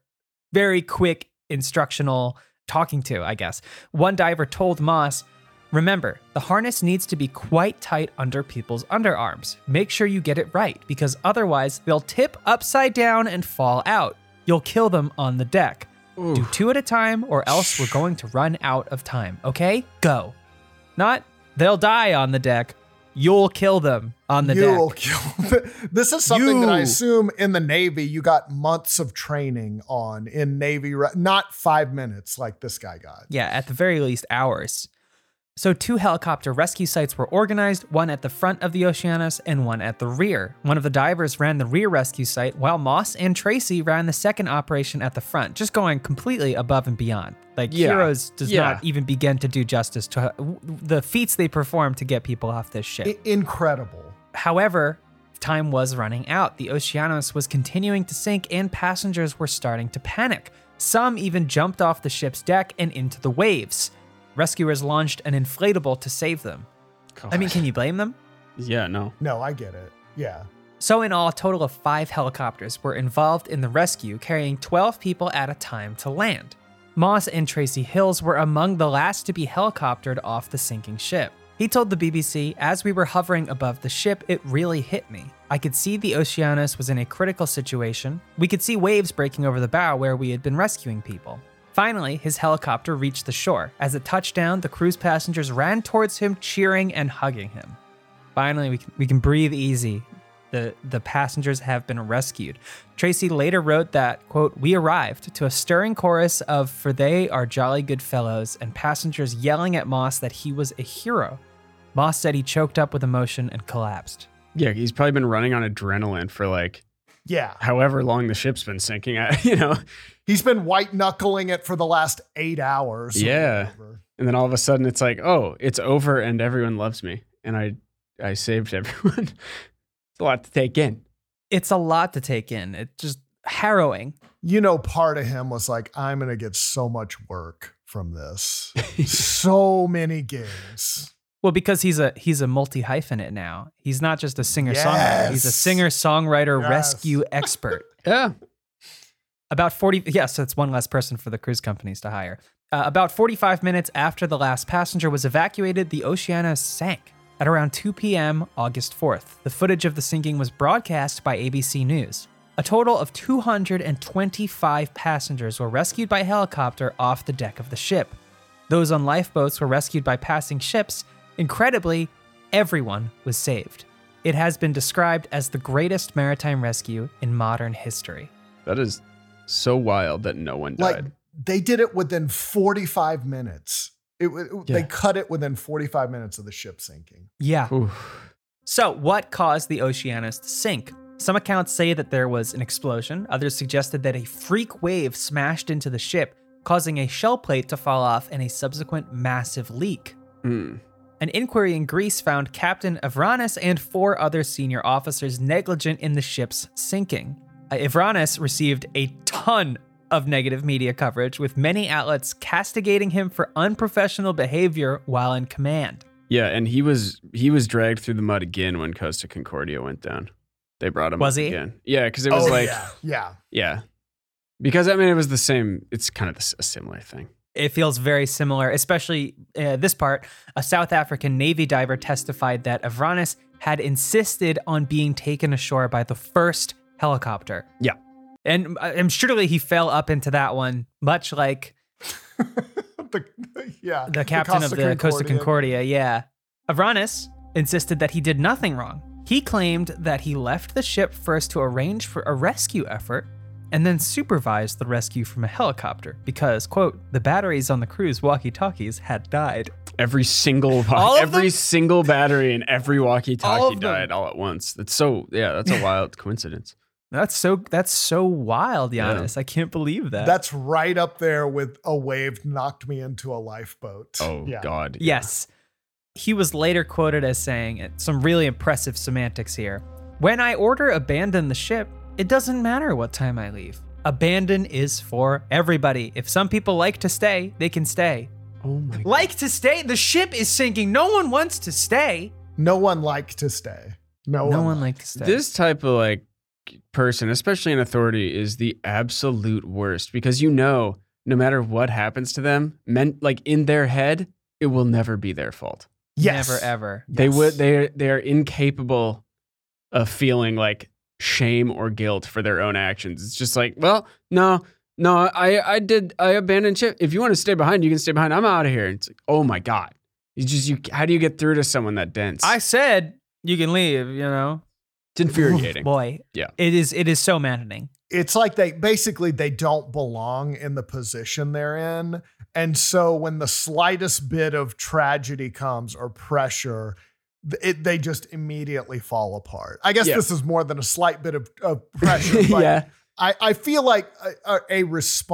very quick instructional talking to, I guess. One diver told Moss, Remember, the harness needs to be quite tight under people's underarms. Make sure you get it right, because otherwise they'll tip upside down and fall out. You'll kill them on the deck. Do two at a time, or else we're going to run out of time, okay? Go. Not they'll die on the deck. You'll kill them on the you deck. will kill. this is something that I You. assume in the Navy you got months of training on in Navy, re- not five minutes like this guy got. Yeah, at the very least, hours. So, two helicopter rescue sites were organized, one at the front of the Oceanus and one at the rear. One of the divers ran the rear rescue site, while Moss and Tracy ran the second operation at the front, just going completely above and beyond. Like, Yeah. Heroes does Yeah. not even begin to do justice to w- the feats they perform to get people off this ship. I- incredible. However, time was running out. The Oceanus was continuing to sink, and passengers were starting to panic. Some even jumped off the ship's deck and into the waves. Rescuers launched an inflatable to save them. I Oh, mean, can you blame them? Yeah, no. No, I get it. Yeah. So, in all, a total of five helicopters were involved in the rescue, carrying 12 people at a time to land. Moss and Tracy Hills were among the last to be helicoptered off the sinking ship. He told the BBC, as we were hovering above the ship, it really hit me. I could see the Oceanus was in a critical situation. We could see waves breaking over the bow where we had been rescuing people. Finally, his helicopter reached the shore. As it touched down, the cruise passengers ran towards him, cheering and hugging him. Finally, we can, we can breathe easy. The, the passengers have been rescued. Tracy later wrote that, quote, We arrived to a stirring chorus of, For they are jolly good fellows, and passengers yelling at Moss that he was a hero. Moss said he choked up with emotion and collapsed. Yeah, he's probably been running on adrenaline for like Yeah. however long the ship's been sinking. I, you know, He's been white knuckling it for the last eight hours. or Yeah. whatever. and then all of a sudden it's like, oh, it's over and everyone loves me, and I I saved everyone. it's a lot to take in. It's a lot to take in. It's just harrowing. You know, part of him was like, I'm going to get so much work from this. so many gigs. Well, because he's a he's a multi hyphenate now. He's not just a singer songwriter. He's a Yes. singer songwriter Yes. rescue expert. Yeah, About forty. Yes, yeah, so it's one less person for the cruise companies to hire. Uh, about forty-five minutes after the last passenger was evacuated, the Oceana sank at around 2 p.m. August 4th. The footage of the sinking was broadcast by ABC News. A total of 225 passengers were rescued by helicopter off the deck of the ship. Those on lifeboats were rescued by passing ships. Incredibly, everyone was saved. It has been described as the greatest maritime rescue in modern history. that is so wild that no one Like, died. they did it within 45 minutes. It, wa- it- They Yeah. cut it within 45 minutes of the ship sinking. Yeah. Oof. So, what caused the Oceanus to sink? Some accounts say that there was an explosion, others suggested that a freak wave smashed into the ship, causing a shell plate to fall off and a subsequent massive leak. Mm. An inquiry in Greece found Captain Avranis and four other senior officers negligent in the ship's sinking. Uh, Avranis received a ton of negative media coverage, with many outlets castigating him for unprofessional behavior while in command. Yeah, and he was he was dragged through the mud again when Costa Concordia went down. They brought him Was up he? again. Yeah, because it was Oh, like yeah. yeah. yeah, because I mean it was the same. It's kind of the, s- a similar thing. it feels very similar, especially uh, this part. A South African Navy diver testified that Avranis had insisted on being taken ashore by the first helicopter. Yeah. And, uh, and surely he fell up into that one, much like The, yeah. the captain of Costa the Costa Concordia. Concordia. Yeah. Avranis insisted that he did nothing wrong. He claimed that he left the ship first to arrange for a rescue effort and then supervised the rescue from a helicopter because, quote, the batteries on the cruise walkie talkies had died. Every single All of every them? single battery and every All walkie-talkie of them. died all at once. That's so yeah, that's a wild coincidence. That's so that's so wild, Giannis. I can't believe that. That's right up there with a wave knocked me into a lifeboat. Oh yeah. God, yeah. Yes. He was later quoted as saying some really impressive semantics here. When I order abandon the ship, it doesn't matter what time I leave. Abandon is for everybody. If some people like to stay, they can stay. Oh my God. Like to stay? The ship is sinking. No one wants to stay. No one liked to stay. No, no one. one likes to stay. This type of like person, especially an authority, is the absolute worst because you know no matter what happens to them, meant like in their head, it will never be their fault. Yes. never ever. They would Yes. they they are incapable of feeling like shame or guilt for their own actions. It's just like, well, no, no, I I did I abandoned ship. If you want to stay behind, you can stay behind. I'm out of here. It's like, oh my god, you just you. How do you get through to someone that dense? I said you can leave, you know. it's infuriating. Boy. Yeah. It is it is so maddening. It's like they basically they don't belong in the position they're in. And so when the slightest bit of tragedy comes or pressure, th- it, they just immediately fall apart. I guess Yeah. this is more than a slight bit of, of pressure. But yeah, I, I feel like a, a, a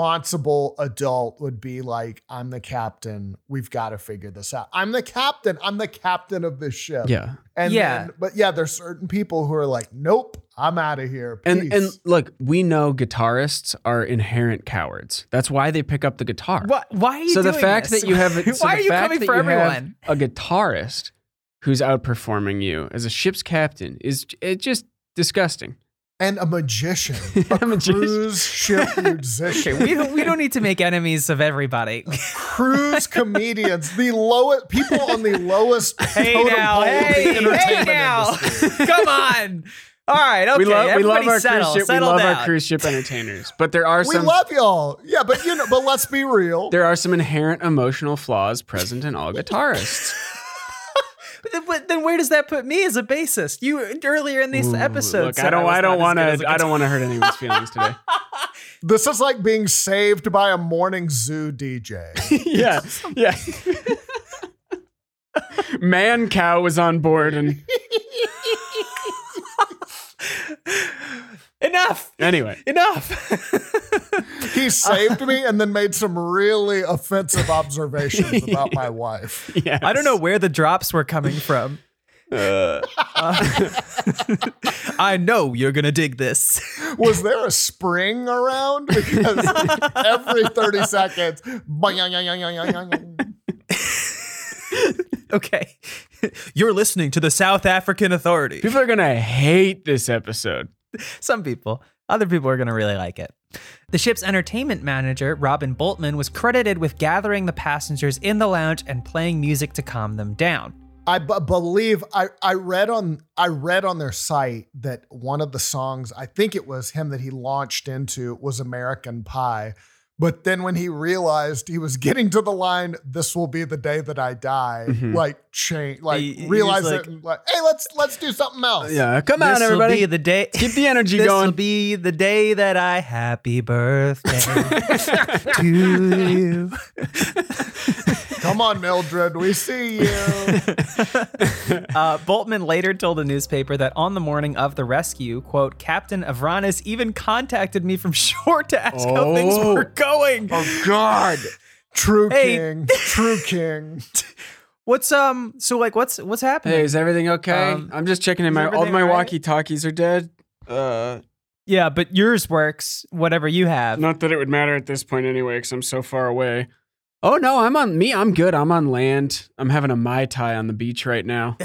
responsible adult would be like, I'm the captain. We've got to figure this out. I'm the captain. I'm the captain of this ship. yeah. And Yeah. then- but yeah, there's certain people who are like, nope, I'm out of here. Peace. And and look, we know guitarists are inherent cowards. That's why they pick up the guitar. What why are you so the doing fact this? that you have so why are the you fact coming that for you have everyone? a guitarist who's outperforming you as a ship's captain is it just eh, disgusting and a magician, a, magician. cruise ship musician, We don't, we don't need to make enemies of everybody. cruise comedians, the lowest people on the lowest Hey totem now, pole of the hey, hey entertainment now. industry. Come on. All right, okay. we love we love everybody our settle, cruise ship. settle we love down. our cruise ship entertainers, but there are We some love y'all, yeah, but you know, but let's be real. there are some inherent emotional flaws present in all guitarists. But then, but then where does that put me as a bassist? You earlier in this Ooh, episode, Look, said I don't was I don't not want as good to as I a don't want to hurt anyone's feelings today. This is like being saved by a morning zoo DJ. yeah, yeah. Man cow was on board, and guitar- Enough, anyway, enough. He saved me and then made some really offensive observations about my wife. yeah. I don't know where the drops were coming from. Uh. I know you're gonna dig this. Was there a spring around? Because every 30 seconds, bang, bang, bang, bang, bang, bang. Okay, you're listening to the South African Authority. People are gonna hate this episode. Some people. Other people are going to really like it. The ship's entertainment manager, Robin Boltman, was credited with gathering the passengers in the lounge and playing music to calm them down. I b- believe I, I read on I read on their site that one of the songs I think it was him that he launched into was American Pie, but then when he realized he was getting to the line "This will be the day that I die," Mhm. like change, like Mm-hmm. He- he's realized like- it, and like hey, let's let's do something else. Yeah, come on, This'll everybody. be the day. Keep the energy This will going. be the day that I happy birthday to you. Come on, Mildred, we see you. Uh, Boltman later told a newspaper that on the morning of the rescue, quote, Captain Avranis even contacted me from shore to ask how things Oh. were going. oh God, true Hey. king, true king. What's um? So like, what's what's happening? Hey, is everything okay? Um, I'm just checking in. is My all of everything my all right? walkie talkies are dead. Uh, Yeah, but yours works. Whatever you have. not that it would matter at this point anyway, because I'm so far away. Oh no, I'm on me. I'm good. I'm on land. I'm having a mai tai on the beach right now.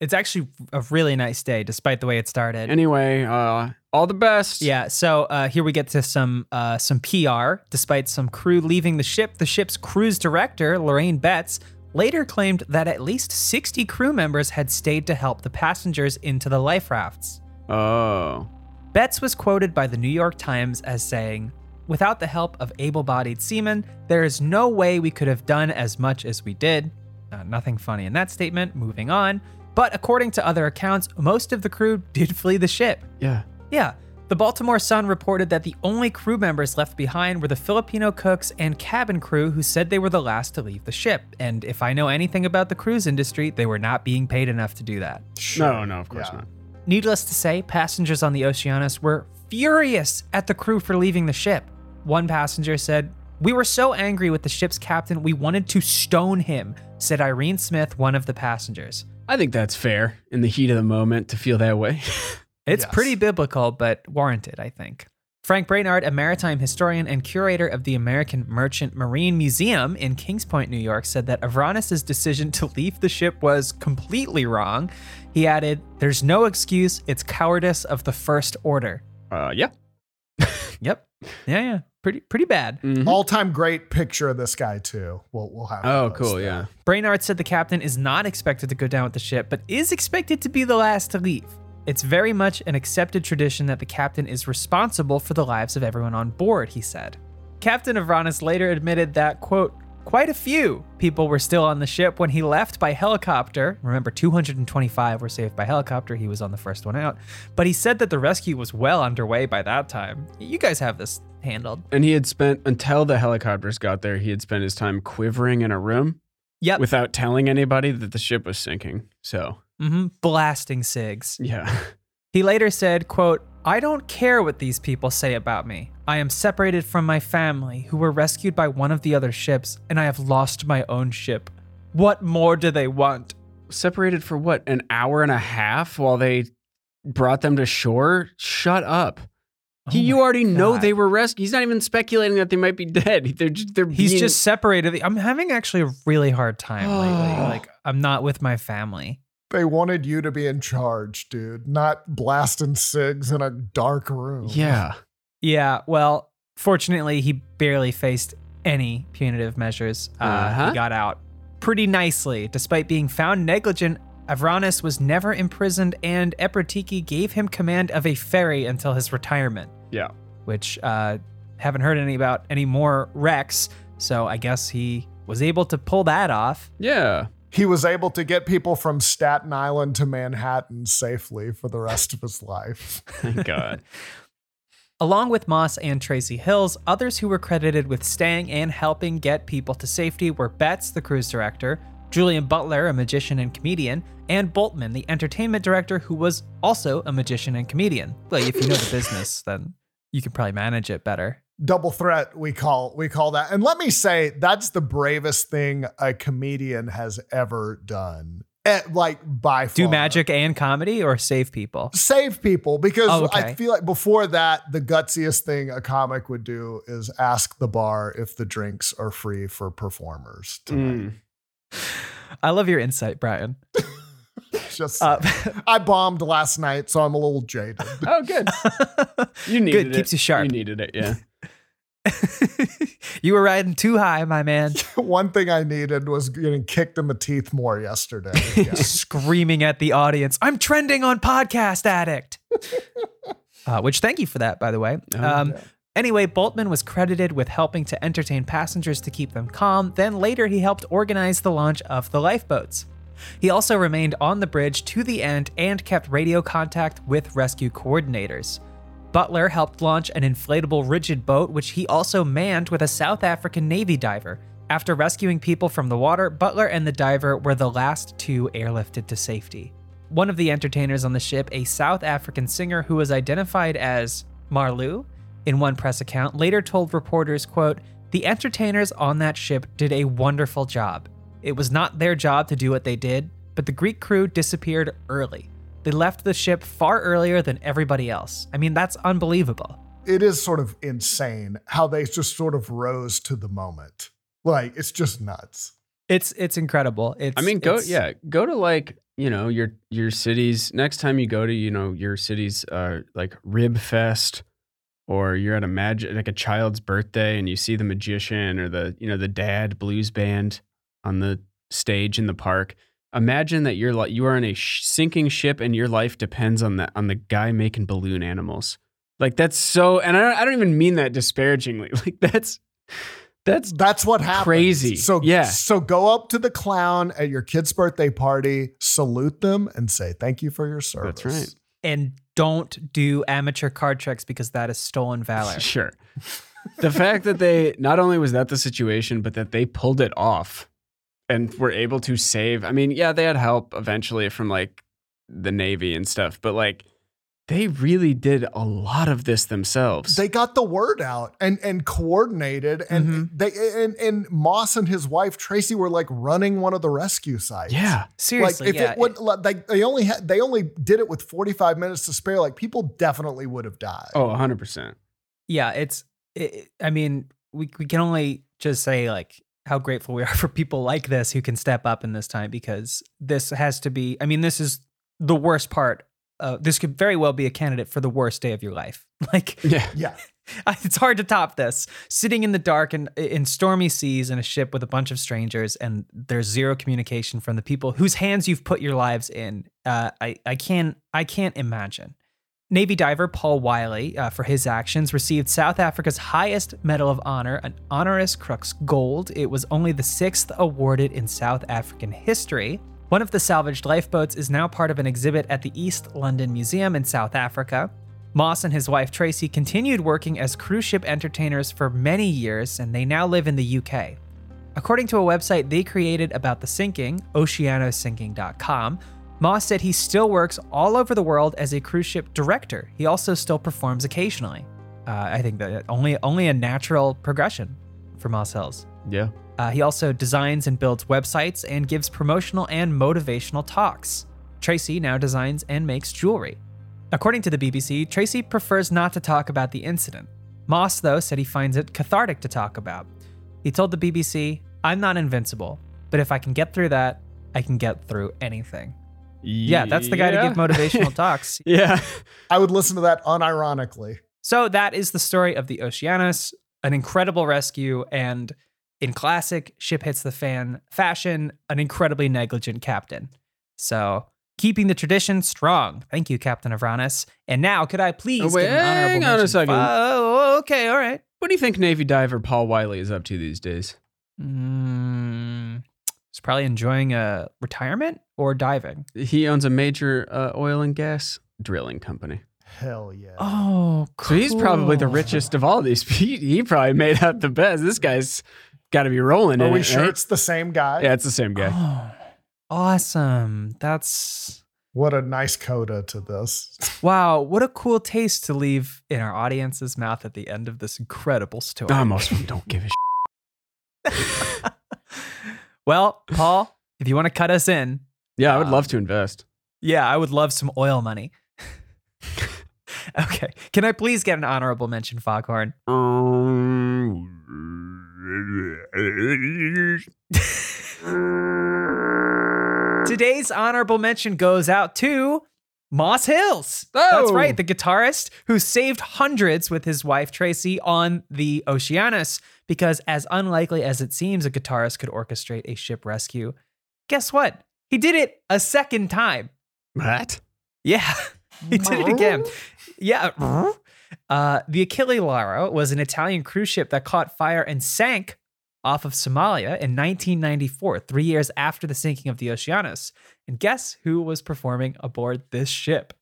It's actually a really nice day, despite the way it started. anyway, uh, all the best. yeah, so uh, here we get to some uh, some PR. Despite some crew leaving the ship, the ship's cruise director Lorraine Betts later claimed that at least 60 crew members had stayed to help the passengers into the life rafts. Oh. Betts was quoted by the New York Times as saying, "Without the help of able-bodied seamen, there is no way we could have done as much as we did." Uh, nothing funny in that statement. Moving on. But according to other accounts, most of the crew did flee the ship. Yeah. Yeah. The Baltimore Sun reported that the only crew members left behind were the Filipino cooks and cabin crew who said they were the last to leave the ship. And if I know anything about the cruise industry, they were not being paid enough to do that. No, no, of course Yeah. not. Needless to say, passengers on the Oceanus were furious at the crew for leaving the ship. One passenger said, We were so angry with the ship's captain, we wanted to stone him, said Irene Smith, one of the passengers. I think that's fair in the heat of the moment to feel that way. It's Yes. pretty biblical, but warranted, I think. Frank Brainard, a maritime historian and curator of the American Merchant Marine Museum in Kings Point, New York, said that Avranis' decision to leave the ship was completely wrong. He added, There's no excuse, it's cowardice of the first order. Uh, yeah. Yep. Yeah, yeah. Pretty pretty bad. All time great picture of this guy too. We'll we'll have. Mm-hmm. Oh, those cool. there. Yeah. Brainard said the captain is not expected to go down with the ship, but is expected to be the last to leave. It's very much an accepted tradition that the captain is responsible for the lives of everyone on board, he said. Captain Avranis later admitted that, quote, quite a few people were still on the ship when he left by helicopter. Remember, 225 were saved by helicopter. He was on the first one out. But he said that the rescue was well underway by that time. You guys have this handled. And he had spent until the helicopters got there. He had spent his time quivering in a room Yep. without telling anybody that the ship was sinking. So hmm Blasting SIGs. yeah. He later said, quote, I don't care what these people say about me. I am separated from my family, who were rescued by one of the other ships, and I have lost my own ship. What more do they want? Separated for what an hour and a half while they brought them to shore. Shut up. Oh He, you my already know God. they were rescued. He's not even speculating that they might be dead. They're just, they're He's being- just separated. I'm having actually a really hard time lately. Oh. Like, I'm not with my family. They wanted you to be in charge, dude, not blasting cigs in a dark room. Yeah. Yeah, well, fortunately, he barely faced any punitive measures. Uh, Uh-huh. He got out pretty nicely. Despite being found negligent, Avranus was never imprisoned, and Epretiki gave him command of a ferry until his retirement, Yeah. which uh, haven't heard any about any more wrecks. So I guess he was able to pull that off. Yeah. He was able to get people from Staten Island to Manhattan safely for the rest of his life. Thank God. Along with Moss and Tracy Hills, others who were credited with staying and helping get people to safety were Betts, the cruise director, Julian Butler, a magician and comedian, and Boltman, the entertainment director, who was also a magician and comedian. Like, if you know the business, then you can probably manage it better. Double threat, we call we call that. And let me say, that's the bravest thing a comedian has ever done. Eh, like by far. Do magic and comedy or save people? save people because Oh, okay. I feel like before that, the gutsiest thing a comic would do is ask the bar if the drinks are free for performers. Hmm. Mm. I love your insight, Brian. Just Uh, I bombed last night, so I'm a little jaded. Oh, good. You needed Good, it. keeps you sharp. You needed it. Yeah. you were riding too high, my man. One thing I needed was getting kicked in the teeth more yesterday. Yeah. screaming at the audience, I'm trending on Podcast Addict. uh, which, thank you for that, by the way. Um, Anyway, Boltman was credited with helping to entertain passengers to keep them calm. Then later, he helped organize the launch of the lifeboats. He also remained on the bridge to the end and kept radio contact with rescue coordinators. Butler helped launch an inflatable rigid boat, which he also manned with a South African Navy diver. After rescuing people from the water, Butler and the diver were the last two airlifted to safety. One of the entertainers on the ship, a South African singer who was identified as Marlou in one press account, later told reporters, quote, "The entertainers on that ship did a wonderful job. It was not their job to do what they did, but the Greek crew disappeared early. They left the ship far earlier than everybody else. I mean, that's unbelievable. it is sort of insane how they just sort of rose to the moment. Like it's just nuts. It's it's incredible. It's I mean, go it's- yeah, go to like you know your your city's next time you go to you know your city's uh like rib fest, or you're at a magic like a child's birthday and you see the magician or the you know the dad blues band on the stage in the park. Imagine that you're like you are on a sh- sinking ship and your life depends on the on the guy making balloon animals. Like that's so, and I don't, I don't even mean that disparagingly. Like that's that's That's what happens. Crazy. So Yeah. So go up to the clown at your kid's birthday party, salute them, and say thank you for your service. that's right. And don't do amateur card tricks because that is stolen valor. Sure. The fact that they not only was that the situation, but that they pulled it off and were able to save. I mean, yeah, they had help eventually from like the Navy and stuff, but like they really did a lot of this themselves. They got the word out and and coordinated, and Mm-hmm. they and and Moss and his wife Tracy were like running one of the rescue sites. yeah. Seriously, like if yeah. it would like like, they only had they only did it with 45 minutes to spare like people definitely would have died Oh, 100%. yeah, it's it, it- I mean, we we can only just say like how grateful we are for people like this who can step up in this time because this has to be I mean, this is the worst part. Uh, this could very well be a candidate for the worst day of your life. Like Yeah. yeah it's hard to top this. Sitting in the dark and in stormy seas in a ship with a bunch of strangers, and there's zero communication from the people whose hands you've put your lives in. Uh, I I can I can't imagine. Navy diver Paul Wiley, uh, for his actions, received South Africa's highest Medal of Honor, an honoris crux gold. It was only the sixth awarded in South African history. One of the salvaged lifeboats is now part of an exhibit at the East London Museum in South Africa. Moss and his wife Tracy continued working as cruise ship entertainers for many years, and they now live in the UK. According to a website they created about the sinking, oceanosinking.com, Moss said he still works all over the world as a cruise ship director. He also still performs occasionally. Uh, I think that only only a natural progression for Moss Hills. Yeah. Uh, he also designs and builds websites and gives promotional and motivational talks. Tracy now designs and makes jewelry. According to the BBC, Tracy prefers not to talk about the incident. Moss, though, said he finds it cathartic to talk about. He told the BBC, I'm not invincible, but if I can get through that, I can get through anything. Yeah, that's the guy to give Yeah. motivational talks. Yeah. I would listen to that unironically. So that is the story of the Oceanus, an incredible rescue, and in classic ship hits the fan fashion, an incredibly negligent captain. So keeping the tradition strong. Thank you, Captain Avranus. And now, could I please Oh, wait, get an honorable hang on a mention? second. Oh, okay, all right. What do you think Navy diver Paul Wiley is up to these days? Mm, he's probably enjoying a retirement or diving. He owns a major uh, oil and gas drilling company. Hell yeah. Oh, So he's probably the cool. richest of all these. He, he probably made out the best. This guy's got to be rolling Are in we it, sure right? it's the same guy? Yeah, it's the same guy. Oh, awesome. That's What a nice coda to this. wow. What a cool taste to leave in our audience's mouth at the end of this incredible story. Ah, most of them don't give a shit. well, Paul, if you want to cut us in, Yeah, I would Um, love to invest. yeah, I would love some oil money. okay. Can I please get an honorable mention, Foghorn? Um, Today's honorable mention goes out to Moss Hills. That's Oh. right, the guitarist who saved hundreds with his wife Tracy on the Oceanus. Because, as unlikely as it seems, a guitarist could orchestrate a ship rescue. Guess what? He did it a second time. What? Yeah, he did it again. Yeah. Uh, the Achille Lauro was an Italian cruise ship that caught fire and sank off of Somalia in 1994, three years after the sinking of the Oceanus. And guess who was performing aboard this ship?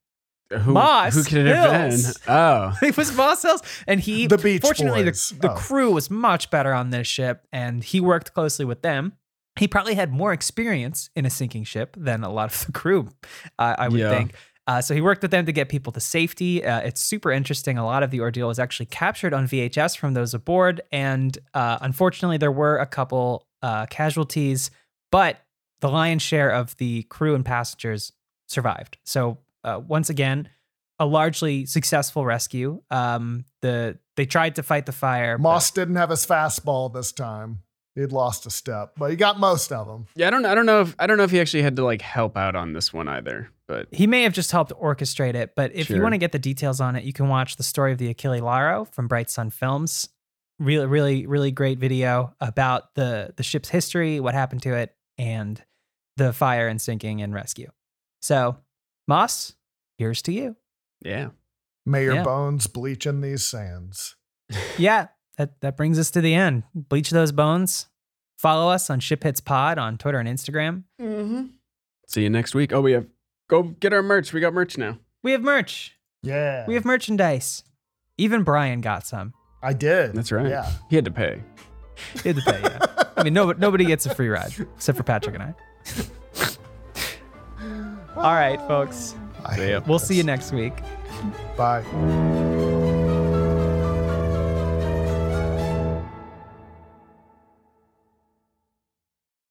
Who, Moss who could it have been? Hills. Oh. It was Moss Hills, and he The Beach fortunately Boys. the, the Oh. crew was much better on this ship, and he worked closely with them. He probably had more experience in a sinking ship than a lot of the crew, uh, I would Yeah. think. Uh, so he worked with them to get people to safety. Uh, it's super interesting. A lot of the ordeal was actually captured on VHS from those aboard, and uh, unfortunately, there were a couple uh, casualties, but the lion's share of the crew and passengers survived. So uh, once again, a largely successful rescue. Um, the they tried to fight the fire. but- Moss didn't have his fastball this time. He'd lost a step, but he got most of them. Yeah, I don't I don't know if I don't know if he actually had to like help out on this one either. But He may have just helped orchestrate it, but if you Sure. want to get the details on it, you can watch the story of the Achille Lauro from Bright Sun Films. Really, really, really great video about the the ship's history, what happened to it, and the fire and sinking and rescue. So, Moss, here's to you. yeah. May your Yeah. bones bleach in these sands. yeah, that, that brings us to the end. Bleach those bones. Follow us on Ship Hits Pod on Twitter and Instagram. See you next week. Oh, we have go get our merch. We got merch now. We have merch. Yeah. We have merchandise. Even Brian got some. I did. That's right. Yeah. He had to pay. He had to pay, yeah. I mean, no, nobody gets a free ride except for Patrick and I. All right, folks. I See ya. hate We'll see you next this. week. Bye.